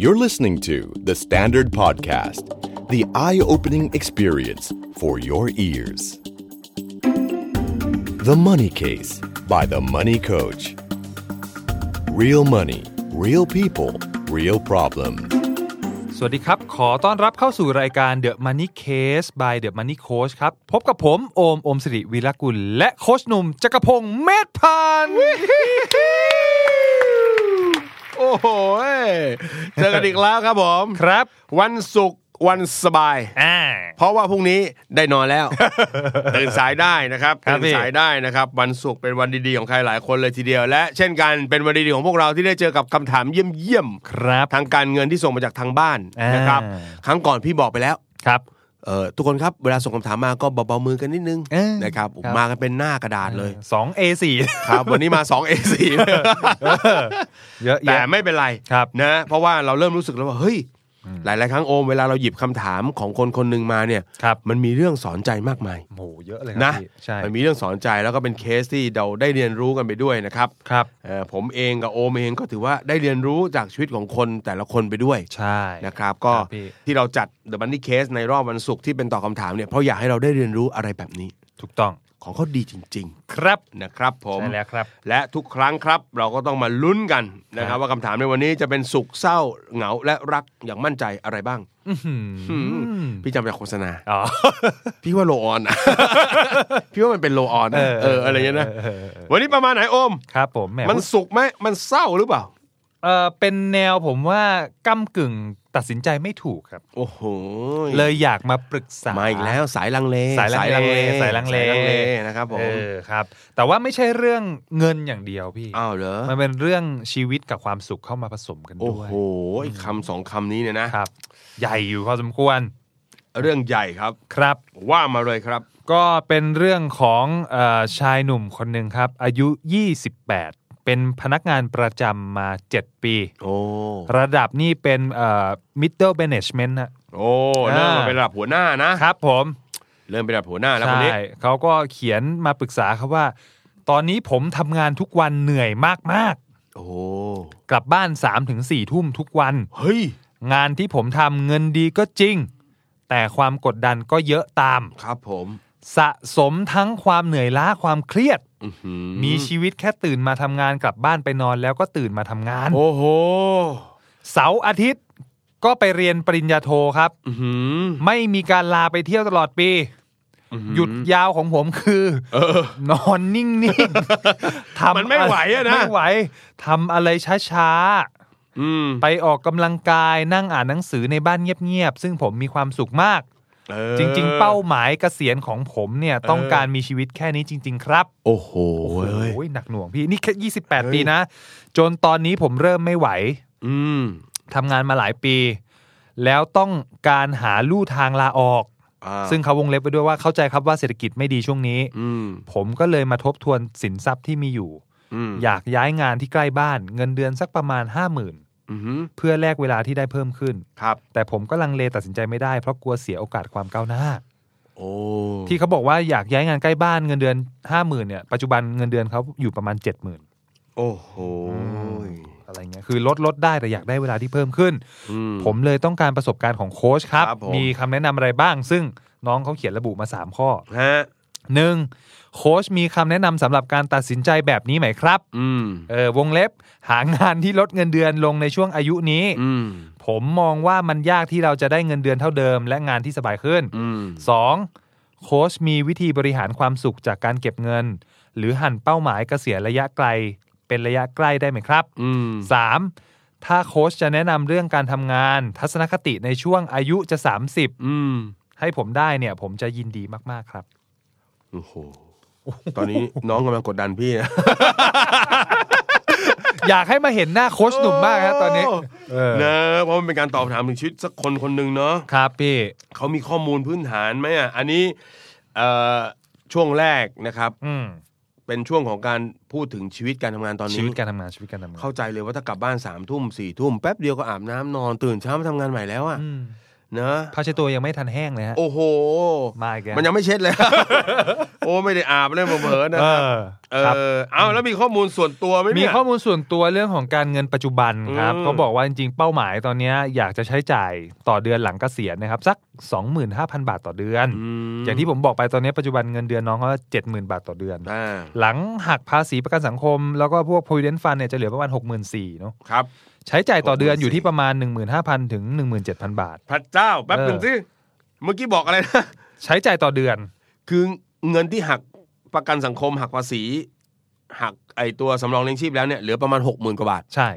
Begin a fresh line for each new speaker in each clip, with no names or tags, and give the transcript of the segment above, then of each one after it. You're listening to The Standard Podcast, the eye opening experience for your ears. The Money Case by The Money Coach. Real money, real people, real problem.
สวัสดีครับ ขอต้อนรับเข้าสู่รายการ The Money Case by The Money Coach ครับ พบกับผมโอม โอมสิริวีรกุล และโคชหนุ่มจักรพงศ์เมธพันธ์
โอ้โหยเจอกันอีกแล้วครับผม
ครับ
วันศุกร์วันสบาย
อ่า
เพราะว่าพรุ่งนี้ได้นอน แล้ว ตื่นสายได้นะครับ
ครับ
ตื่น
พี่
สายได้นะครับ วันศุกร์เป็นวันดีๆของใครหลายคนเลยทีเดียว และเช่นกันเป็นวันดีๆของพวกเราที่ได้เจอกับคำถามเยี่ยม
ครับ
ๆทางการเงินที่ส่งมาจากทางบ้าน
อ่าน
นะครับ ครั้งก่อนพี่บอกไปแล้ว
ครับ
เออทุกคนครับเวลาส่งคำถามมาก็เบาๆมือกันนิดนึง
เออ
นะครับผม
ครับ
มากันเป็นหน้ากระดาษเลย
สอง A4
ครับ วันนี้มา2 A4
เยอะ
แต่
แยะ
ไม่เป็นไร
ครับ
นะเพราะว่าเราเริ่มรู้สึกแล้วว่าเฮ้ย หลาย ๆ ครั้งโอมเวลาเราหยิบคำถามของคนคนหนึ่งมาเนี่ย
ครับ
มันมีเรื่องสอนใจมากมาย
โอ้โหเยอะเลย
นะครับ
พี่ใช่
มันมีเรื่องสอนใจแล้วก็เป็นเคสที่เราได้เรียนรู้กันไปด้วยนะครับ
ครับ
เอ่อผมเองกับโอมเองก็ถือว่าได้เรียนรู้จากชีวิตของคนแต่ละคนไปด้วย
ใช่
นะครับ ก็
ครับพี่
ที่เราจัด The Money Case ในรอบวันศุกร์ที่เป็นต่อบคำถามเนี่ยเพราะอยากให้เราได้เรียนรู้อะไรแบบนี้
ถูกต้อง
ของเขาดีจริง
ครับ
ๆ นะครับผม
ใช่แล้วครับ
และทุกครั้งครับเราก็ต้องมาลุ้นกันนะค
ครั
รับ
บ
ว่าคำถามในวันนี้จะเป็นสุขเศร้าเหงาและรักอย่างมั่นใจอะไรบ้าง
อื้อหือ
พี่จำจากโฆษณา
อ๋อ
พี่ว่าโลออนอะ พี่ว่ามันเป็นโลออนอะ
เออ
เอออะไรเงี้ยนะ
เออเออเออ
วันนี้ประมาณไหนโอม
ครับผมแหม
มันสุขไหมมันเศร้าหรือเปล่า
เออเป็นแนวผมว่าก้ากึ่งตัดสินใจไม่ถูกครับ
โอ้โห
เลยอยากมาปรึกษา
มาอีกแล้วสายลังเล
สายลังเล
สายลังเลนะครับผม
เออครับ แต่ว่าไม่ใช่เรื่องเงินอย่างเดียวพี่
อ้าวเหรอ
มันเป็นเรื่องชีวิตกับความสุขเข้ามาผสมกัน
โอ้
ด้วย
โหไอ้คำสองคำนี้เนี่ยนะครับ
ใหญ่อยู่พอสมควร
เรื่องใหญ่ครับ
ครับ
ว่ามาเลยครับ
ก็เป็นเรื่องของเออชายหนุ่มคนหนึ่งครับ อายุ 28 เป็นพนักงานประจำมา 7 ปี
โอ้
ระดับนี่เป็นเอ่อ middle management นะ
โอ้เริ่มมาเป็นระดับหัวหน้านะ
ครับผม
เริ่มเป็นระดับหัวหน้าแล้วคน
ใช่
นี้
เขาก็เขียนมาปรึกษาครับว่า ตอนนี้ผมทำงานทุกวันเหนื่อยมาก
โอ้
ๆ กลับบ้าน3ามถึงสี่ทุ่มทุกวัน
เฮ้ย
งานที่ผมทำเงินดีก็จริง แต่ความกดดันก็เยอะตาม
ครับผม
สะสมทั้งความเหนื่อยล้าความเครียด
อื้อหือ
มีชีวิตแค่ตื่นมาทำงานกลับบ้านไปนอนแล้วก็ตื่นมาทำงาน
โอ้โห
เสาร์อาทิตย์ก็ไปเรียนปริญญาโทครับ
อื้อหือ
ไม่มีการลาไปเที่ยวตลอดปี หยุดยาวของผมคือ
เออ
นอนนิ่งๆ ทำ
มันไม่ไหวอะนะ
ไม่ไหวทำอะไรช้า
อืม
ๆ ไปออกกำลังกายนั่งอ่านหนังสือในบ้านเงียบๆ ซึ่งผมมีความสุขมาก
เออ
จริง ๆ เป้าหมายเกษียณของผมเนี่ยต้องการมีชีวิตแค่นี้จริง ๆ ครับ
โอ้โหเอ้ย
โอ้ยหนักหน่วงพี่ นี่แค่ 28 ปีนะ จนตอนนี้ผมเริ่มไม่ไหว
อืม
ทำงานมาหลายปี แล้วต้องการหาลู่ทางลาออก
อ่า
ซึ่งเขาวงเล็บไปด้วยว่าเข้าใจครับว่าเศรษฐกิจไม่ดีช่วงนี้
อืม
ผมก็เลยมาทบทวนสินทรัพย์ที่มีอยู่
อืม
อยากย้ายงานที่ใกล้บ้าน เงินเดือนสักประมาณ 5 0,000
อื้อหือ
เพื่อแลกเวลาที่ได้เพิ่มขึ้น
ครับ
แต่ผมก็ลังเลตัดสินใจไม่ได้เพราะกลัวเสียโอกาสความก้าวหน้า
โอ้
ที่เขาบอกว่าอยากย้ายงานใกล้บ้านเงินเดือน 5 0,000เนี่ยปัจจุบันเงินเดือนเขาอยู่ประมาณ 70,000
โอ้โห
อะไรเงี้ยคือลดลดได้แต่อยากได้เวลาที่เพิ่มขึ้น
อืม
ผมเลยต้องการประสบการณ์ของโค้ชครับ
ครับผม
มีคำแนะนำอะไรบ้าง ซึ่งน้องเขาเขียนระบุมา 3 ข้อ
ฮะ
1. โค้ชมีคำแนะนำสำหรับการตัดสินใจแบบนี้ไหมครับ
อืม
เออวงเล็บหางานที่ลดเงินเดือนลงในช่วงอายุนี้
อืม
ผมมองว่ามันยากที่เราจะได้เงินเดือนเท่าเดิม และงานที่สบายขึ้น
อืม
2. โค้ชมีวิธีบริหารความสุขจากการเก็บเงิน หรือหันเป้าหมายเกษียณระยะไกล เป็นระยะใกล้ได้ไหมครับ
อืม
3. ถ้าโค้ชจะแนะนำเรื่องการทำงาน ทัศนคติในช่วงอายุจะ
อืม
30 ให้ผมได้เนี่ย ผมจะยินดีมากๆ ครับ
โอ้โหตอนนี้น้องกำลังกดดันพี่นะ
อยากให้มาเห็นหน้าโค้ชหนุ่มมากครับตอนนี้เออ
เนอะเพราะมันเป็นการตอบคำถามถึงชีวิตสักคนคนหนึ่งเนาะ
ครับพี่
เขามีข้อมูลพื้นฐานไหมอ่ะ อันนี้เอ่อช่วงแรกนะครับ
อืม
เป็นช่วงของการพูดถึงชีวิตการทำงานตอน
ชี
นี้
วิตการทำงานชีวิตการทำงาน
เข้าใจเลยว่าถ้ากลับบ้านสามทุ่มสี่ทุ่มแป๊บเดียวก็อาบน้ำนอนตื่นเช้ามาทำงานใหม่แล้วอ่ะ
อืม
นะ
ผ้าเช็ดตัวยังไม่ทันแห้งเลยฮะ
โอ้โห
มาอีกแล้ว
มันยังไม่เช็ดเลย โอ้ไม่ได้อาบเลยเผลอๆนะ
เอ
ครับ
อครับ
เออเอาแล้วมีข้อมูลส่วนตัวไหม
มี
เนี่ย
ข้อมูลส่วนตัวเรื่องของการเงินปัจจุบันครับ
อืม
เขาบอกว่าจริงๆเป้าหมายตอนเนี้ยอยากจะใช้จ่ายต่อเดือนหลังเกษียณนะครับ สัก 25,000 บาทต่อเดือน
อืม
อย่างที่ผมบอกไปตอนนี้ปัจจุบันเงินเดือนน้องก็70,000 บาทต่อเดือน
อ่า
หลังหักภาษีประกันสังคม แล้วก็พวก provident fund เนี่ยจะเหลือประมาณ 64,000เนาะ
ครับ
ใช้จ่ายต่อเดือนอยู่
64,000
ที่ประมาณ 15,000 ถึง 17,000 บาท
พระเจ้าแป๊บหนึ่ง
เออ
สิเมื่อกี้บอกอะไรนะ
ใช้จ่ายต่อเดือน
คือเงินที่หักประกันสังคมหักภาษี หักไอตัวสำรองเลี้ยงชีพแล้วเนี่ยเหลือประมาณ 6 0,000กว่าบาท
ใช่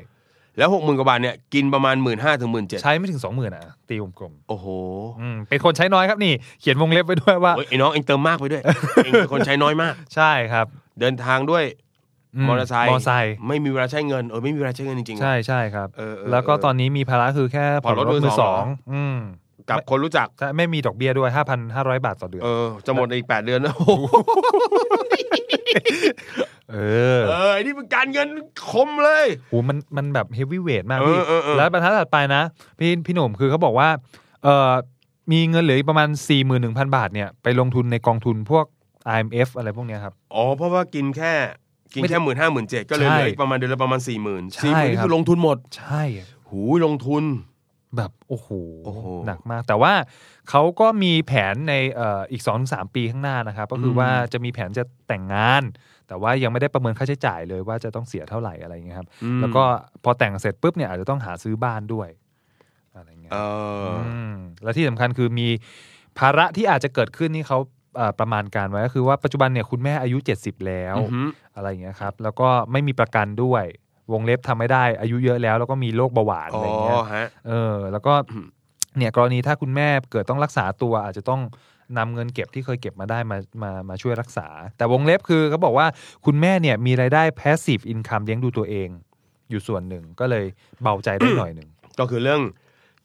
แล้ว 6 0,000กว่าบาทเนี่ยกินประมาณ 1 5ื่นห้าถึงหมื่นเจ็ด
ใช้ไม่ถึง 20,000อ่ะตีวงกลม
โอ้โห
อืมเป็นคนใช้น้อยครับนี่เขียนวงเล็บไว้ด้วยว่า
เฮ้ยไอ้น้องเองเติมมากไปด้วย เองเป็นคนใช้น้อยมาก
ใช่ครับ
เดินทางด้วยมอเตอร์ไซค์
มอเตอร์ไซค์
ไม่มีเวลาใช้เงินเออไม่มีเวลาใช้เงินจริงๆ
ใช่ใช่ครับ
เออเออ
แล้วก็ตอนนี้มีภาระคือแค่
ผ่อนรถมือสอง
อืม
กับคนรู้จัก
แต่ไม่มีดอกเบี้ยด้วย 5,500 บาทต่อเดือน
เออ จะหมดในอีก 8 เดือน แล้ว
เออ
เออไอ้นี่เป็นการเงินคมเลย
โหมันมันแบบเฮฟวี่เวทมาก
เอ
พี่
อเออเออ
แล้วบรรทัดถัดไปนะ พี่พี่หนุ่มคือเขาบอกว่าเออมีเงินเหลืออีกประมาณ 41,000 บาทเนี่ย ไปลงทุนในกองทุนพวก IMF อะไรพวกเนี้ยครับ
อ๋อ เพราะว่ากินแค่ กินแค่หมื่นห้าหมื่นเจ็ดก็เลย
ใช่
เหลืออีกประมาณเดือนละประมาณสี่หมื่น
ใช่
สี่หมื่นนี่
ครับ
คือลงทุนหมด
ใช่
หูยลงทุน
แบบ โอ้โห
โอ้โห
หนักมาก แต่ว่าเขาก็มีแผนในเอ่ออีก2อสามปีข้างหน้านะครับ ก็คืออ
ม
ว่าจะมีแผนจะแต่งงาน แต่ว่ายังไม่ได้ประเมินค่าใช้จ่ายเลยว่าจะต้องเสียเท่าไหร่อะไรอย่างเงี้ยครับ
อืม
แล้วก็พอแต่งเสร็จปุ๊บเนี่ยอาจจะต้องหาซื้อบ้านด้วยอะไรเงี้ย
เอออ
มแล้วที่สำคัญคือมีภาระที่อาจจะเกิดขึ้นนี่เขาเอ่อประมาณการไว้ก็คือว่าปัจจุบันเนี่ยคุณแม่อายุ 70 แล้ว
อือหือ
อะไรเงี้ยครับแล้วก็ไม่มีประกันด้วย วงเล็บทำไม่ได้ อายุเยอะแล้ว แล้วก็มีโรคเบาหวานอะ
อ๋อ
ไรเงี้ย
ฮะ
เออแล้วก็ เนี่ยกรณีถ้าคุณแม่เกิดต้องรักษาตัว อาจจะต้องนำเงินเก็บที่เคยเก็บมาได้มามามาช่วยรักษา แต่วงเล็บคือเขาบอกว่าคุณแม่เนี่ยมีรายได้ passive income เลี้ยงดูตัวเอง อยู่ส่วนหนึ่งก็เลยเบาใจได้ หน่อยหนึ่ง
ก็คือเรื่อง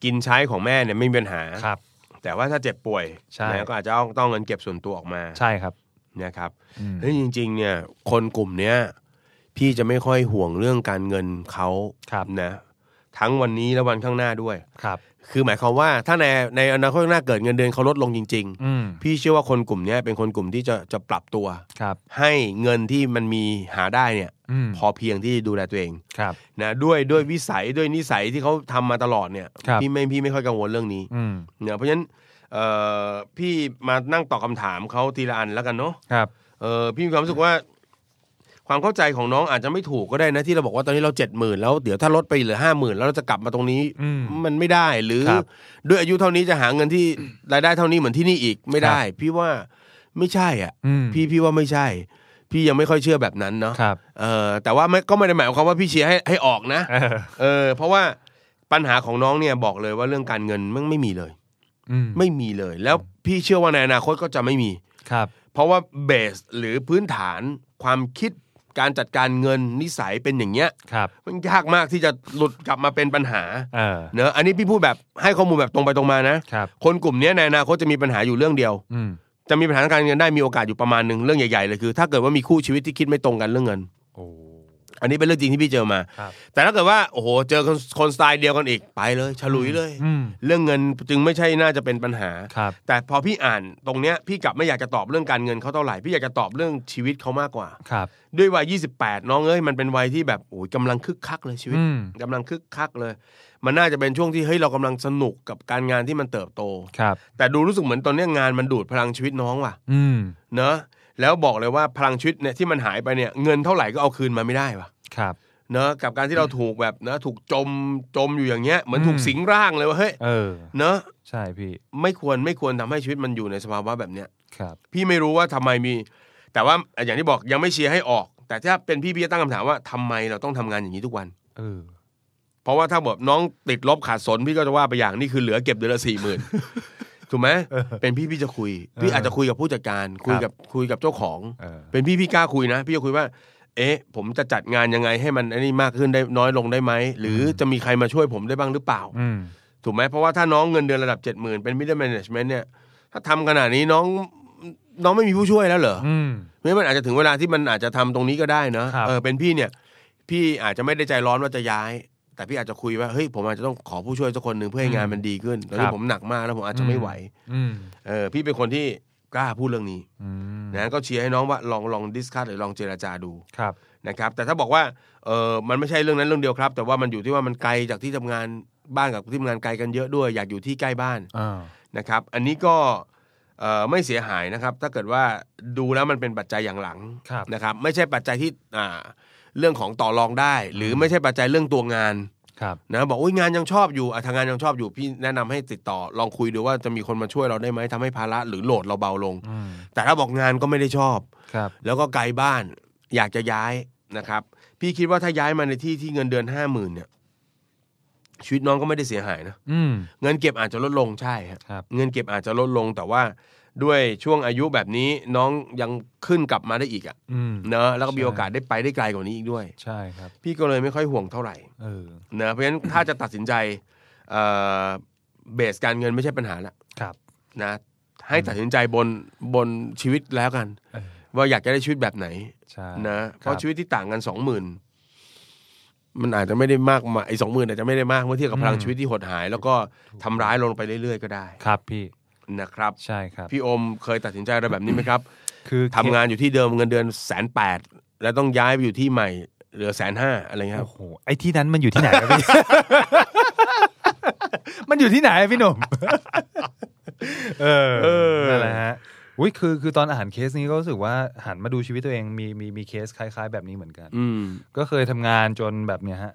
กินใช้ของแม่เนี่ยไม่มีปัญหา
ครับ
แต่ว่าถ้าเจ็บป่วย
ใช่
แม่ก็อาจจะต้องต้องเงินเก็บส่วนตัวออกมา
ใช่ครับ
นะครับ
อืม
เฮ้ยจริง ๆ เนี่ย คนกลุ่มเนี้ยพี่จะไม่ค่อยห่วงเรื่องการเงินเขา
ครับ
นะ ทั้งวันนี้และวันข้างหน้าด้วย
ครับ
คือหมายความว่าถ้าในในอนาคตข้างหน้าเกิดเงินเดือนเขาลดลงจริง
อืม
ๆ พี่เชื่อว่าคนกลุ่มเนี้ยเป็นคนกลุ่มที่จะจะปรับตัว
ครับ
ให้เงินที่มันมีหาได้เนี่ย
อืม
พอเพียงที่ดูแลตัวเอง
ครับ
นะด้วยด้วยวิสัยด้วยนิสัยที่เขาทำมาตลอดเนี่ย
ครับ
พี่ไม่พี่ไม่ค่อยกังวลเรื่องนี้
อืม
เนี่ยเพราะฉะนั้นเอ่อพี่มานั่งตอบคำถามเขาทีละอันแล้วกันเนาะ
ครับ
เออพี่มีความรู้สึกว่า ความเข้าใจของน้องอาจจะไม่ถูกก็ได้นะที่เราบอกว่าตอนนี้เราเจ็ดหมื่นแล้วเดี๋ยวถ้าลดไปเหลือห้าหมื่นแล้วเราจะกลับมาตรงนี้
อืม
มันไม่ได้หรือ
ครับ
ด้วยอายุเท่านี้จะหาเงินที่ รายได้เท่านี้เหมือนที่นี่อีกไม่ได้ พี่ว่าไม่ใช่อ่ะ
อืม
พี่พี่ว่าไม่ใช่ พี่ยังไม่ค่อยเชื่อแบบนั้นเนาะ
ครับ
เออแต่ว่าไม่ก็ไม่ได้หมายความว่าพี่เชียร์ให้ให้ออกนะ
เออ
เออ เพราะว่าปัญหาของน้องเนี่ยบอกเลยว่าเรื่องการเงินมันไม่มีเลย
อืม
ไม่มีเลย แล้วพี่เชื่อว่าในอนาคตก็จะไม่มี
ครับ
เพราะว่าเบสหรือพื้นฐานความคิดการจัดการเงินนิสัยเป็นอย่างเงี้ย
ครับ
มันยากมากที่จะหลุดกลับมาเป็นปัญหา
เออ
เนอะอันนี้พี่พูดแบบให้ข้อมูลแบบตรงไปตรงมานะ
ครับ
คนกลุ่มเนี้ยในอนาคตจะมีปัญหาอยู่เรื่องเดียว
อืม
จะมีปัญหาทางการเงินได้มีโอกาสอยู่ประมาณหนึ่งเรื่องใหญ่ๆเลยคือ ถ้าเกิดว่ามีคู่ชีวิตที่คิดไม่ตรงกันเรื่องเงิน
โอ้
อันนี้เป็นเรื่องจริงที่พี่เจอมา
ครับ
แต่ถ้าเกิดว่าโอ้โหเจอคนคนสไตล์เดียวกันอีกไปเลยฉลุยเลย
อืม
เรื่องเงินจึงไม่ใช่น่าจะเป็นปัญหา
ครับ
แต่พอพี่อ่านตรงเนี้ยพี่กลับไม่อยากจะตอบเรื่องการเงินเขาเท่าไหร่พี่อยากจะตอบเรื่องชีวิตเขามากกว่า
ครับ
ด้วยวัย28 น้องเอ้ยมันเป็นวัยที่แบบโอ้ยกำลังคึกคักเลยชีวิต
อืม
กำลังคึกคักเลย มันน่าจะเป็นช่วงที่เฮ้ยเรากำลังสนุกกับการงานที่มันเติบโต
ครับ
แต่ดูรู้สึกเหมือนตอนเนี้ยงานมันดูดพลังชีวิตน้องว่ะ
อืม
เนอะแล้วบอกเลยว่าพลังชีวิตเนี่ยที่มันหายไปเนี่ยเงินเท่าไหร่ก็เอาคืนมาไม่ได้ว่ะ
ครับ
เนอะกับการที่เราถูกแบบเนอะถูกจมจมอยู่อย่างเงี้ยเหมือนถูกสิงร่างเลยว่าเฮ้ย
เออ
เนอะ
ใช่พี่
ไม่ควรไม่ควรทำให้ชีวิตมันอยู่ในสภาวะแบบเนี้ย
ครับ
พี่ไม่รู้ว่าทำไมมี แต่ว่าอย่างที่บอกยังไม่เชียร์ให้ออก แต่ถ้าเป็นพี่พี่จะตั้งคำถามว่าทำไมเราต้องทำงานอย่างนี้ทุกวัน
เออ
เพราะว่าถ้าแบบน้องติดลบขาดสนพี่ก็จะว่าไปอย่างนี่คือเหลือเก็บเดือนละสี่หมื่ นถูกไหม
เออ
เป็นพี่พี่จะคุย พี่
เอออ
อาจจะคุยกับผู้จัดการ คุย
ครั
กับบ คุยกับเจ้าของ
เออ
เป็นพี่พี่กล้าคุยนะ พี่จะคุยว่า เอ๊ะ ผมจะจัดงานยังไงให้มันไอันนี้มากขึ้นได้น้อยลงได้ไหมหรือ
ม
จะมีใครมาช่วยผมได้บ้างหรือเปล่า
อืม
ถูกไหมเพราะว่าถ้าน้องเงินเดือนระดับเจ็ดหมื่นเป็นมิดเดิลแมネจเมนต์เนี่ยถ้าทำขนาดนี้น้องน้องไม่มีผู้ช่วยแล้วเหรอ
อืม
ไม่มันอาจจะถึงเวลาที่มันอาจจะทำตรงนี้ก็ได้นะครับ เออเป็นพี่เนี่ย พี่อาจจะไม่ได้ใจร้อนว่าจะย้าย แต่พี่อาจจะคุยว่าเฮ้ยผมอาจจะต้องขอผู้ช่วยสักคนหนึ่งเพื่อให้งานมันดีขึ้นตอน
ค
นี้
รับ
ผมหนักมากแล้วผมอาจจะไม่ไหว
อืม
เออพี่เป็นคนที่กล้าพูดเรื่องนี้
อืม
นะก็เชียร์ให้น้องว่าลองลองดิสคัสหรือลองเจรจาดู
ครับ
นะครับแต่ถ้าบอกว่าเออมันไม่ใช่เรื่องนั้นเรื่องเดียวครับ แต่ว่ามันอยู่ที่ว่ามันไกลจากที่ทำงานบ้านกับที่ทำงานไกลกันเยอะด้วยอยากอยู่ที่ใกล้บ้าน
อ่า
นะครับ อันนี้ก็เอ่อไม่เสียหายนะครับ ถ้าเกิดว่าดูแล้วมันเป็นปัจจัยอย่างหลัง
ครับ
นะครับ ไม่ใช่ปัจจัยที่อ่าเรื่องของต่อรองได้ หรือไม่ใช่ปัจจัยเรื่องตัวงาน
ครับ
นะบอกอุ้ยงานยังชอบอยู่อ่ะทางานยังชอบอยู่พี่แนะนำให้ติดต่อลองคุยดูว่าจะมีคนมาช่วยเราได้ไหมทำให้ภาระหรือโหลดเราเบาลง
อืม
แต่ถ้าบอกงานก็ไม่ได้ชอบ
ครับ
แล้วก็ไกลบ้านอยากจะย้ายนะครับ พี่คิดว่าถ้าย้ายมาในที่ที่เงินเดือนห้าหมื่นเนี่ย ชีวิตน้องก็ไม่ได้เสียหายนะ
อืม
เงินเก็บอาจจะลดลงใช่ฮะ
ครับ
เงินเก็บอาจจะลดลงแต่ว่าด้วยช่วงอายุแบบนี้น้องยังขึ้นกลับมาได้อีกอะ
อืม
เนอะแล้วก็มี
ใช่
โอกาสได้ไปได้ไกลกว่านี้อีกด้วย
ใช่ครับ
พี่ก็เลยไม่ค่อยห่วงเท่าไหร่
เออ
เนอะเพราะฉะนั้นถ้าจะตัดสินใจเอ่อเบสการเงินไม่ใช่ปัญหาละ
ครับ
นะให้ตัดสินใจบนบนชีวิตแล้วกัน
เออ
ว่าอยากจะได้ชีวิตแบบไหน
ใช่
นะเพราะชีวิตที่ต่างกันสองหมื่นมันอาจจะไม่ได้มากมายไอ้สองหมื่นอาจจะไม่ได้มากเมื่อเทียบกับพลังชีวิตที่หดหาย แล้วก็ทำร้ายลงไปเรื่อยๆก็ได้
ครับพี่
นะครับ
ใช่ครับ
พี่อมเคยตัดสินใจอะไรแบบนี้ไหม ครับ
คือ
ทำงานอยู่ที่เดิมเงินเดือนแสนแปดแล้วต้องย้ายไปอยู่ที่ใหม่เหลือแสนห้าอะไรเงี้ยค
โอ้
รับ
โหไอ้ที่นั้นมันอยู่ที่ไหนครับพี่ มันอยู่ที่ไหนอะพี่หนุ่ม เออนั่นแหละฮะอุ้ยคือคือตอนอ่านเคสนี้ก็รู้สึกว่าหันมาดูชีวิตตัวเองมีมีมีเคสคล้าย ๆ แบบนี้เหมือนกัน
อืม
ก็เคยทำงานจนแบบเนี้ยฮะ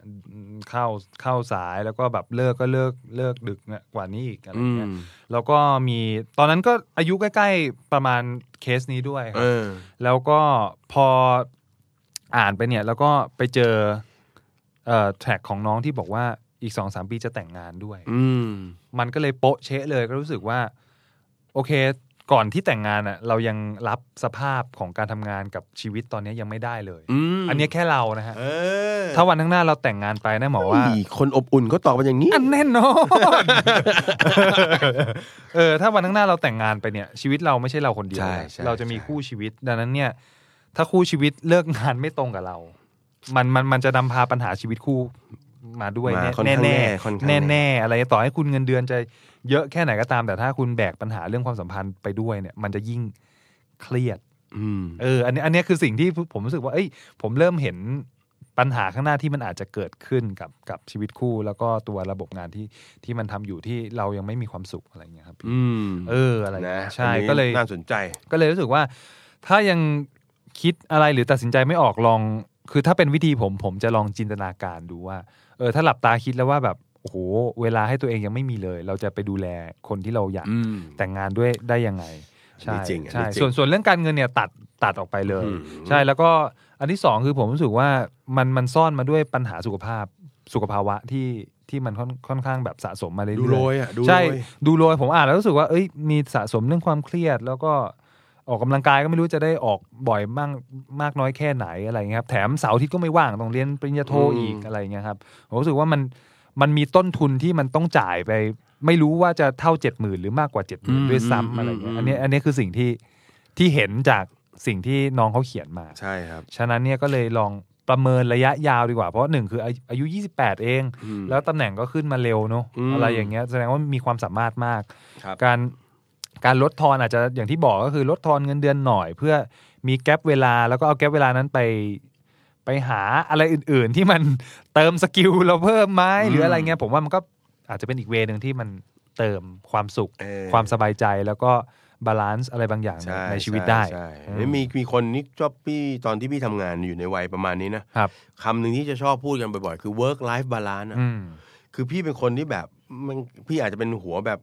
เข้าเข้าสายแล้วก็แบบเลิกก็เลิกเลิกดึกเนี่ยกว่านี้อีกอะไร
อื
เงี้ย
ม
แล้วก็มีตอนนั้นก็อายุใกล้ ๆ ประมาณเคสนี้ด้วยค
เอ
รับ
อ
แล้วก็พออ่านไปเนี่ย แล้วก็ไปเจอเอ่อแท็กของน้องที่บอกว่าอีกสองสามปีจะแต่งงานด้วย
อืม
มันก็เลยโป๊ะเชะเลยก็รู้สึกว่า โอเค ก่อนที่แต่งงานอ่ะ เรายังรับสภาพของการทำงานกับชีวิตตอนเนี้ยยังไม่ได้เลย
อืม
อันเนี้ยแค่เรานะฮะ
เออ
ถ้าวันข้างหน้าเราแต่งงานไปนะหมอว่า
อีกคนอบอุ่นเขาตอบมาอย่างนี้
อันแน่นอน เอ อถ้าวันข้างหน้าเราแต่งงานไปเนี่ย ชีวิตเราไม่ใช่เราคนเดียว
ใช่
นะ
ใช่
เราจะมี
ใช่
คู่ชีวิต ดังนั้นเนี่ย ถ้าคู่ชีวิตเลิกงานไม่ตรงกับเรา มันมันมันจะนำพาปัญหาชีวิตคู่มาด้วย
มา
แน่
ค่อน
แน่
ข้าง
แน่
แน่ค่อนข้าง
แน่แน่อะไรต่อให้คุณเงินเดือนจะเยอะแค่ไหนก็ตาม แต่ถ้าคุณแบกปัญหาเรื่องความสัมพันธ์ไปด้วยเนี่ย มันจะยิ่งเครียด
อืม
เอออันนี้อันนี้คือสิ่งที่ผมรู้สึกว่าเอ้ยผมเริ่มเห็นปัญหาข้างหน้าที่มันอาจจะเกิดขึ้นกับกับชีวิตคู่ แล้วก็ตัวระบบงานที่ที่มันทำอยู่ที่เรายังไม่มีความสุขอะไรอย่างเงี้ยครับพี่
อืม
เอออะไรอย่าง
นะ
เงี้ยใช่
อันนี้
ก็เลย
น่าสนใจ
ก็เลยรู้สึกว่า ถ้ายังคิดอะไรหรือตัดสินใจไม่ออกลอง คือถ้าเป็นวิธีผมผมจะลองจินตนาการดูว่า เออถ้าหลับตาคิดแล้วว่าแบบโอ้โหเวลาให้ตัวเองยังไม่มีเลย เราจะไปดูแลคนที่เราอยาก
อืม
แต่งงานด้วยได้ยังไง ใช่
อันนี้จริงอันนี้
ใช่
จริง
ส่วนส่วนเรื่องการเงินเนี่ยตัดตัดออกไปเลย
อืม
ใช่แล้วก็อันที่สองคือผมรู้สึกว่ามันมันซ่อนมาด้วยปัญหาสุขภาพสุขภาวะที่ที่มันค่อนค่อนข้างแบบสะสมมาเรื่
ดูโร
อย
ยอ่ะดู
ๆ
โร
ใช่
ย
ดูโรยผมอ่านแล้วรู้สึกว่าเอ้ยมีสะสมเรื่องความเครียด แล้วก็ออกกำลังกายก็ไม่รู้จะได้ออกบ่อยมากมากน้อยแค่ไหนอะไรเงี้ยครับแถมเสาร์อาทิตย์ก็ไม่ว่างต้องเรียนปริญญาโท
อืม
อีกอะไรเงี้ยครับผมรู้สึกว่ามันมันมีต้นทุนที่มันต้องจ่ายไป ไม่รู้ว่าจะเท่าเจ็ดหมื่นหรือมากกว่าเจ็ดห
อื
มื่น
ม
ด้วยซ้ำ
อืม
อะไรเงี้ย
อืม
อันเนี้ยอันเนี้ยคือสิ่งที่ที่เห็นจากสิ่งที่น้องเขาเขียนมา
ใช่ครับ
ฉะนั้นเนี่ยก็เลยลองประเมินระยะยาวดีกว่า เพราะหนึ่งคืออายุอายุ 28 เอง
อืม
แล้วตำแหน่งก็ขึ้นมาเร็วเนอะ
อืม
อะไรอย่างเงี้ยแสดงว่ามีความสามารถมาก
ครับ
การการลดทอนอาจจะอย่างที่บอกก็คือลดทอนเงินเดือนหน่อย เพื่อมีแกลบเวลาแล้วก็เอาแกลบเวลานั้นไป ไปหาอะไรอื่น ๆ ที่มัน เติมสกิลเราเพิ่มไหมหรืออะไรเงี้ยผมว่ามันก็อาจจะเป็นอีกเวย์หนึ่งที่มันเติมความสุข
เออ
ความสบายใจแล้วก็บาลานซ์อะไรบางอย่างใน
ใช่
ในชีวิตได้
ใช่
อื
ใช่มีมีคนนี่ชอบพี่ตอนที่พี่ทำงานอยู่ในวัยประมาณนี้นะครับ คำหนึ่งที่จะชอบพูดกันบ่อยๆ คือ work life balance อะ
อืม
คือพี่เป็นคนที่แบบมันพี่อาจจะเป็นหัวแบบ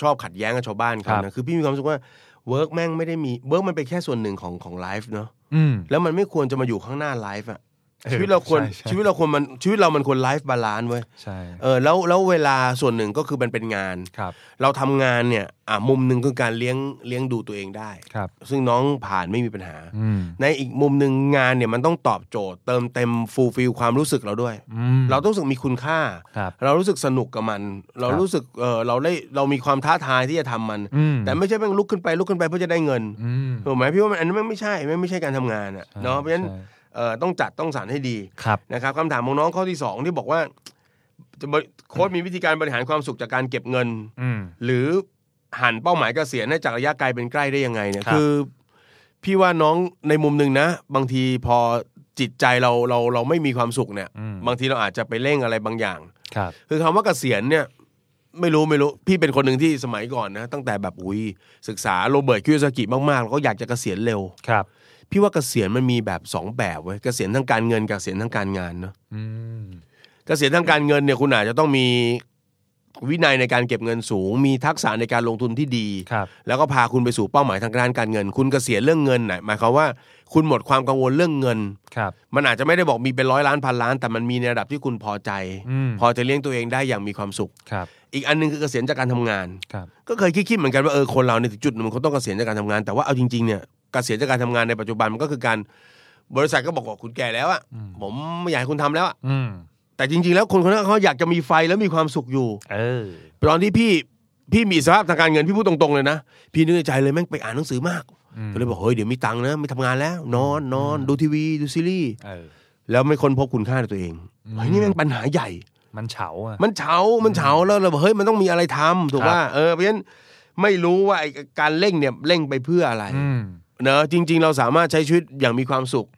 ชอบขัดแย้งกับชาวบ้าน
ค
เขา
รั
นะ
บ
คือพี่มีความรู้สึกว่า work แม่งไม่ได้มี work มันเป็นแค่ส่วนหนึ่งของของ life เนอะ
อืม
แล้วมันไม่ควรจะมาอยู่ข้างหน้า life อะ
เออ
ชีวิตเราควร
ใช่ใช่
ชีวิตเราควรมันชีวิตเรามันควร life balance เว้ย
ใช่
เออแล้วแล้วเวลาส่วนหนึ่งก็คือมันเป็นงาน
ครับ
เราทำงานเนี่ยอ่ะมุมหนึ่งคือการเลี้ยงเลี้ยงดูตัวเองได้
ครับ
ซึ่งน้องผ่านไม่มีปัญหา
อืม
ในอีกมุมหนึ่งงานเนี่ยมันต้องตอบโจทย์ เติมเต็มฟูลฟิลความรู้สึกเราด้วย
อืม
เราต้องรู้สึกมีคุณค่า
ครับ
เรารู้สึกสนุกกับมัน เรารู้สึกเออเราได้เรามีความท้าทายที่จะทำมัน
อืม
แต่ไม่ใช่แม่งลุกขึ้นไปลุกขึ้นไปเพื่อจะได้เงิน
อืม
ถูกไหมพี่ว่ามันอันนั้นแม่งไม่ใช่แม่งไม่ใช่การทำงานอะ
ใช่
เนาะเพราะฉะนั้น
ใช่
เ เอ่อต้องจัดต้องสรรให้ดี
ครับ
นะครับคำถามของน้องข้อที่สองที่บอกว่าจะบริโค้ดมีวิธีการบริหารความสุขจากการเก็บเงิน
อืม
หรือหันเป้าหมายเกษียณให้จากระยะไกลเป็นใกล้ได้ยังไงเนี่ย
ครับ
คือ พี่ว่าน้องในมุมหนึ่งนะ บางทีพอจิตใจเราเราเราไม่มีความสุขเนี่ย
อืม
บางทีเราอาจจะไปเร่งอะไรบางอย่าง
ครับ
คือคำว่าเกษียณเนี่ย ไม่รู้ไม่รู้ พี่เป็นคนหนึ่งที่สมัยก่อนนะ ตั้งแต่แบบอุ้ยศึกษาโรเบิร์ตคิวซากิมากๆ แล้วก็อยากจะเกษียณเร็ว
ครับ
พี่ว่าเกษียณมันมีแบบสองแบบเว้ยเกษียณทางการเงินกับเกษียณทางการงานเนาะ
อืม
เกษียณทางการเงินเนี่ยคุณอาจจะต้องมีวินัยในการเก็บเงินสูง มีทักษะในการลงทุนที่ดี
ครับ
แล้วก็พาคุณไปสู่เป้าหมายทางด้านการเงิน คุณเกษียณเรื่องเงินน่ะหมายความว่าคุณหมดความกังวลเรื่องเงิน
ครับ
มันอาจจะไม่ได้บอกมีเป็นร้อยล้านพันล้าน แต่มันมีในระดับที่คุณพอใจ
อืม
พอจะเลี้ยงตัวเองได้อย่างมีความสุข
ครับ
อีกอันหนึงคือเกษียณจากการทำงาน
ครับ
ก็เคยคิดๆเหมือนกันว่าเออคนเราเนี่ยถึงจุดหนึงมันคงต้องเกษียณจากการทำงาน แต่ว่าเอาจริงๆเนี่ยเกษียณจากการทำงานในปัจจุบันมันก็คือการบริษัทก็บอกว่าคุณแก่แล้วอะ
อืม
ผมไม่อยากให้คุณทำแล้วอะ
อืม
แต่จริง ๆ แล้วคนคนนั้นเขาอยากจะมีไฟแล้วมีความสุขอยู่
เออ
ตอนที่พี่พี่มีอิสภาพทางการเงินพี่พูดตรงๆเลยนะ พี่นึกในใจเลยแม่งไปอ่านหนังสือมาก
อืม
ก็เลยบอกเฮ้ยเดี๋ยวมีตังค์นะไม่ทำงานแล้ว นอนนอนดูทีวีดูซีรีส์
เออ
แล้วไม่ค้นพบคุณค่าในตัวเอง
อืม
เฮ้ยนี่แม่งปัญหาใหญ่
มันเฉาอ่ะ
มันเฉา มันเฉาแล้วเราบอกเฮ้ยมันต้องมีอะไรทำถู
ค
ก
รับ
ว่าเออเพราะฉะนั้นไม่รู้ว่าไอ้การเร่งเนี่ยเร่งไปเพื่ออะไร
อืม
เนอะจริง ๆ เราสามารถใช้ชีวิตอย่างมีความสุข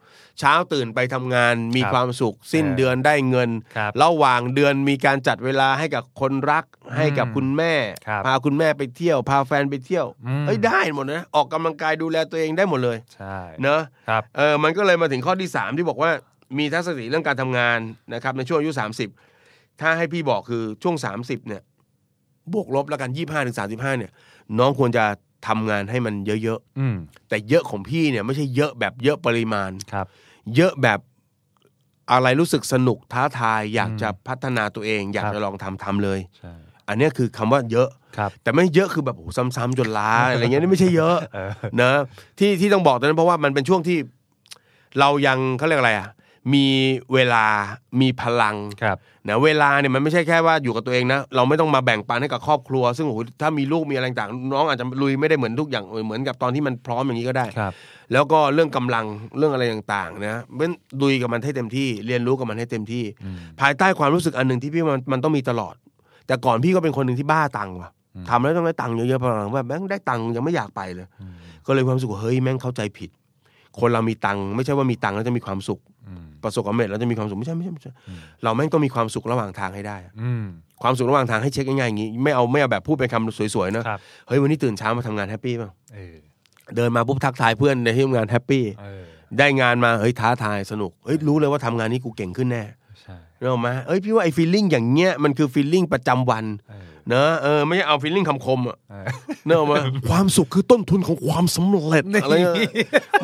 เช้าตื่นไปทำงานมี
ครับ
ความสุข สิ้น
เออ
เดือนได้เงิน
ครับ
ระหว่างเดือนมีการจัดเวลาให้กับคนรักให้กับคุณแม่
ครับ
พาคุณแม่ไปเที่ยว พาแฟนไปเที่ยว
อืม
เฮ้ยได้หมดนะ ออกกำลังกายดูแลตัวเองได้หมดเลย
ใช่
เนอะ
ครับ
เออมันก็เลยมาถึงข้อที่ 3 ที่บอกว่ามีทัศนคติเรื่องการทำงานนะครับ ในช่วงอายุ 30 ถ้าให้พี่บอกคือช่วง 30เนี่ยบวกลบแล้วกัน 25ถึง35เนี่ย น้องควรจะทำงานให้มันเยอะ
อืม
ๆ แต่เยอะของพี่เนี่ยไม่ใช่เยอะแบบเยอะปริมาณ
ครับ
เยอะแบบอะไรรู้สึกสนุกท้าทาย อยาก
อืม
จะพัฒนาตัวเอง อยาก
ครับ
จะลองทำทำเลย
ใช่
อันเนี้ยคือคำว่าเยอะ
ครับ
แต่ไม่เยอะคือแบบโอ้โหซ้ำๆจนล้า อะไรเงี้ ยนี่ไม่ใช่เยอะ
เออ
นะที่ที่ต้องบอกตอนนั้นเพราะว่ามันเป็นช่วงที่เรายังเขาเรียกอะไรอ่ะมีเวลามีพลัง
ครับ
นะเวลาเนี่ยมันไม่ใช่แค่ว่าอยู่กับตัวเองนะเราไม่ต้องมาแบ่งปันให้กับครอบครัว ซึ่งโอ้โหถ้ามีลูกมีอะไรต่างน้องอาจจะลุยไม่ได้เหมือนทุกอย่างเหมือนกับตอนที่มันพร้อมอย่างนี้ก็ได้
ครับ
แล้วก็เรื่องกำลังเรื่องอะไรต่างๆนะเป็นดุยกับมันให้เต็มที่ เรียนรู้กับมันให้เต็มที่
อืม
ภายใต้ความรู้สึกอันหนึ่งที่พี่ว่ามันมันต้องมีตลอด แต่ก่อนพี่ก็เป็นคนหนึ่งที่บ้าตังค์ว่ะ
อืม
ทำแล้วต้องได้ตังค์เยอะๆพอหลังว่าแม่งได้ตังค์ยังไม่อยากไปเลย
อืม
ก็เลยความรู้สึกว่าเฮ้ยแม่งเข้าใจผิด คนเรามีตังค์ไม่ใช่ว่ามีตังค์แล้วจะมีความสุข
อืม
ประสบความสำเร็จแล้วจะมีความสุขไม่ใช่ไม่ใช่ไม่ใช่
อืม
เราแม่งต้องมีความสุขระหว่างทางให้ได้อะ
อืม
ความสุขระหว่างทางให้เช็คง่ายๆอย่างนี้ไม่เอาไม่เอาแบบพูดเป็นคำสวยๆนะครับ เฮ้ยวันนี้ตื่นเช้ามาทำงานแฮปปี้ป่ะ
เออ
เดินมาปุ๊บทักทายเพื่อนในที่ทำงานแฮปปี้
เออ
ได้งานมาเฮ้ยท้าทายสนุกเฮ้ยรู้เลยว่าทำงานนี้กูเก่งขึ้นแน่
ใช่
เรื่องมาเอ้ยพี่ว่าไอ้ฟีลลิ่งอย่างเงี้ยมันคือฟีลลิ่งประจำวัน
เออ
เนอะเออไม่ใช่เอาฟีลลิ่งคำคมอะ
เออ
เนอะมา ความสุขคือต้นทุนของความสำเร็จอะไรเงี้ย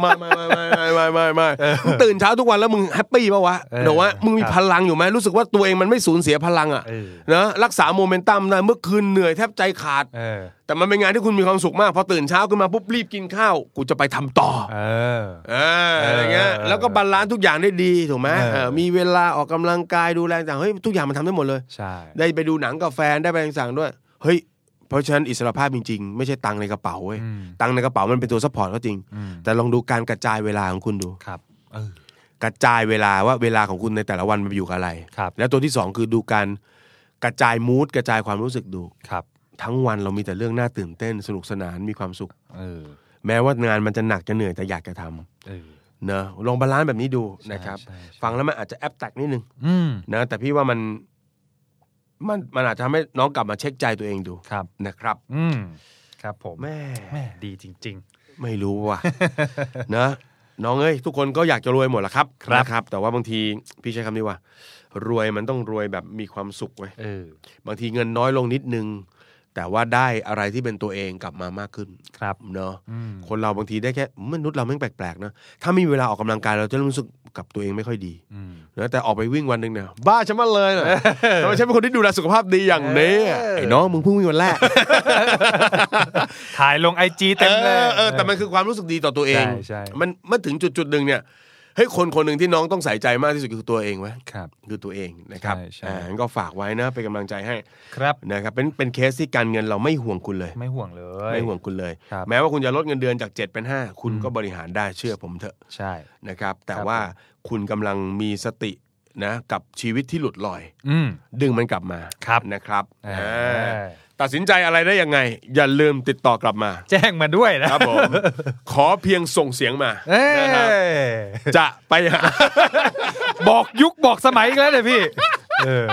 มามามามามามามามึงตื่นเช้าทุกวันแล้วมึงแฮปปี้ปะวะ
เออ
เดี๋ยววะมึงมี
ครับ
พลังอยู่ไหมรู้สึกว่าตัวเองมันไม่สูญเสียพลังอ่ะ
เออ
นะรักษาโมเมนตัมได้เมื่อคืนเหนื่อยแทบใจขาด
เออ
แต่มันเป็นงานที่คุณมีความสุขมากพอตื่นเช้าขึ้นมาปุ๊บรีบกินข้าวกูจะไปทำต่อ
เออ
เอออะไรเงี้ย
เออ
แล้วก็บาลานซ์ทุกอย่างได้ดีถูกไหม
เออ
เออมีเวลาออกกำลังกายดูแลต่างเฮ้ยทุกอย่างมันทำได้หมดเลย
ใช่
ได้ไปดูหนังกับแฟนได้ไปสั่งด้วย เฮ้ย เพราะฉะนั้นอิสรภาพจริงๆ ไม่ใช่ตังค์ในกระเป๋าเว้ย
อืม
ตังค์ในกระเป๋ามันเป็นตัวซัพพอร์ตก็จริง
อืม
แต่ลองดูการกระจายเวลาของคุณดู
ครับ เออ
กระจายเวลาว่าเวลาของคุณในแต่ละวันมันไปอยู่กับอะไร
ครับ
แล้วตัวที่สองคือดูการกระจายมูดกระจายความรู้สึกดู
ครับ
ทั้งวันเรามีแต่เรื่องน่าตื่นเต้นสนุกสนานมีความสุข
เออ
แม้ว่างานมันจะหนักจะเหนื่อยแต่อยากจะทำ
เออ
เนอะลองบาลานซ์แบบนี้ดู
ใช่
นะครับ
ใช่ใช่
ฟังแล้วมันอาจจะแอบแตกนิดนึง
อืม
นะแต่พี่ว่ามันมันมันอาจจะทำให้น้องกลับมาเช็คใจตัวเองดู
ครับ
นะครับ
อืม ครับผม
แม่
แม่ดีจริง
ไม่รู้ว่ะ นะน้องเอ้ยทุกคนก็อยากจะรวยหมดละครับ
ครับ
นะครับ แต่ว่าบางทีพี่ใช้คำนี้ว่า รวยมันต้องรวยแบบมีความสุขไว้ย
ๆ เออ
บางทีเงินน้อยลงนิดนึง แต่ว่าได้อะไรที่เป็นตัวเองกลับมามากขึ้น
ครับ
เนาะ
อืม
คนเราบางทีได้แค่มนุษย์เราแม่งแปลกๆนะถ้าไม่มีเวลาออกกำลังกายเราจะรู้สึกกับตัวเองไม่ค่อยดี
อืม
นะแต่ออกไปวิ่งวันหนึ่งเนี่ยบ้าฉันมาเลย นะทำไมฉันเป็นคนที่ดูแลสุขภาพดีอย่างนี้
เออ
ไอ้น้องมึงเพิ่งวิ่งวันแรก
ถ่ายลงไอจีเต็มเลย
ออออแต่มันคือความรู้สึกดีต่อตัวเอง
ใช่ใช่
มันมันถึงจุดจุดหนึ่งเนี่ยเฮ้ยคนคนหนึ่งที่น้องต้องใส่ใจมากที่สุดคือตัวเองไว้ย
ครับ
คือตัวเองนะครับ
ใช่ใช่
อ่างั้นก็ฝากไว้นะเป็นกำลังใจให้
ครับ
นะครับเป็นเป็นเคสที่การเงินเราไม่ห่วงคุณเลย
ไม่ห่วงเลย
ไม่ห่วงคุณเลย
ครับ
แม้ว่าคุณจะลดเงินเดือนจาก 7 เป็น 5 คุณก็บริหารได้เชื่อผมเถอะ
ใช่
นะครับ แต่
ครับ
ว่า คุณกำลังมีสตินะกับชีวิตที่หลุดลอย
อืม
ดึงมันกลับมา
ครับ
นะครับ
อ่า
อ่าตัดสินใจอะไรได้ยังไง อย่าลืมติดต่อกลับมา
แจ้งมาด้วยนะครับ
ผม ขอเพียงส่งเสียงมา
เอ้ย
นะครับจะไปหา
บอกยุคบอกสมัยอีกแล้วเนี่ยพี่ เออ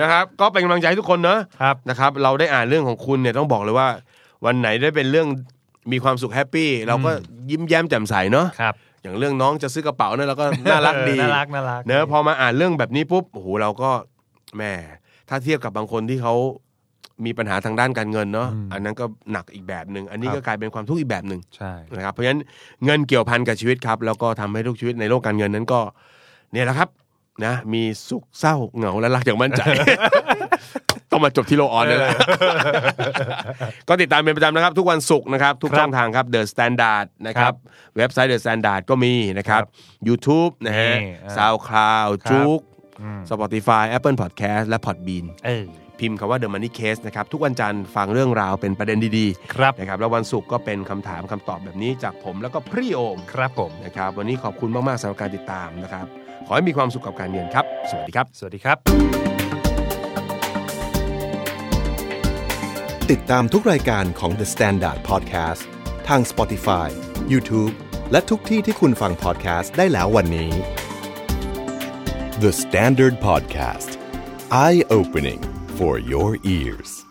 นะครับ ก็เป็นกำลังใจให้ทุกคนเนอะ
ครับ
นะครับ เราได้อ่านเรื่องของคุณเนี่ยต้องบอกเลยว่า วันไหนได้เป็นเรื่องมีความสุขแฮปปี้เราก็ยิ้มแย้มแจ่มใสเนอะ
ครับ
อย่างเรื่องน้องจะซื้อกระเป๋าเนี่ยเราก็น่ารักดี
เออน่ารักน่ารัก
เนอะพอมาอ่านเรื่องแบบนี้ปุ๊บโอ้โหเราก็แหม่ถ้าเทียบกับบางคนที่เขามีปัญหาทางด้านการเงินเนาะอันนั้นก็หนักอีกแบบหนึ่งอันนี้ก็กลายเป็นความทุกข์อีกแบบหนึ่ง
ใช่
นะครับ เพราะฉะนั้นเงินเกี่ยวพันกับชีวิตครับ แล้วก็ทำให้ทุกชีวิตในโลกการเงินนั้นก็เนี่ยแหละครับนะมีสุขเศร้าเหงาและรักอย่างมั่นใจ ต้องมาจบที่โลออนเลยนะ ก็ติดตามเป็นประจำนะครับ ทุกวันศุกร์นะครับ ทุกช่องทางครับ The Standard นะครับเว็บไซต์ The Standard ก็มีนะครับ YouTube นะฮะ
นี่อ่า
SoundCloud
ครับ
จุก
อืม
Spotify Apple Podcast และ Podbean
เออ
พิมพ์คำว่า The Money Case นะครับ ทุกวันจันทร์ฟังเรื่องราวเป็นประเด็นดี
ครับ
ๆนะครับแล้ววันศุกร์ก็เป็นคำถามคำตอบแบบนี้จากผมแล้วก็พรี่โอม
ครับผม
นะครับ วันนี้ขอบคุณมาก ๆสำหรับการติดตามนะครับ ขอให้มีความสุขกับการเงินครับ สวัสดีครับ
สวัสดีครับ
ติดตามทุกรายการของ The Standard Podcast ทาง Spotify, YouTube และทุกที่ที่คุณฟัง podcast ได้แล้ววันนี้ The Standard Podcast Eye Opening for Your Ears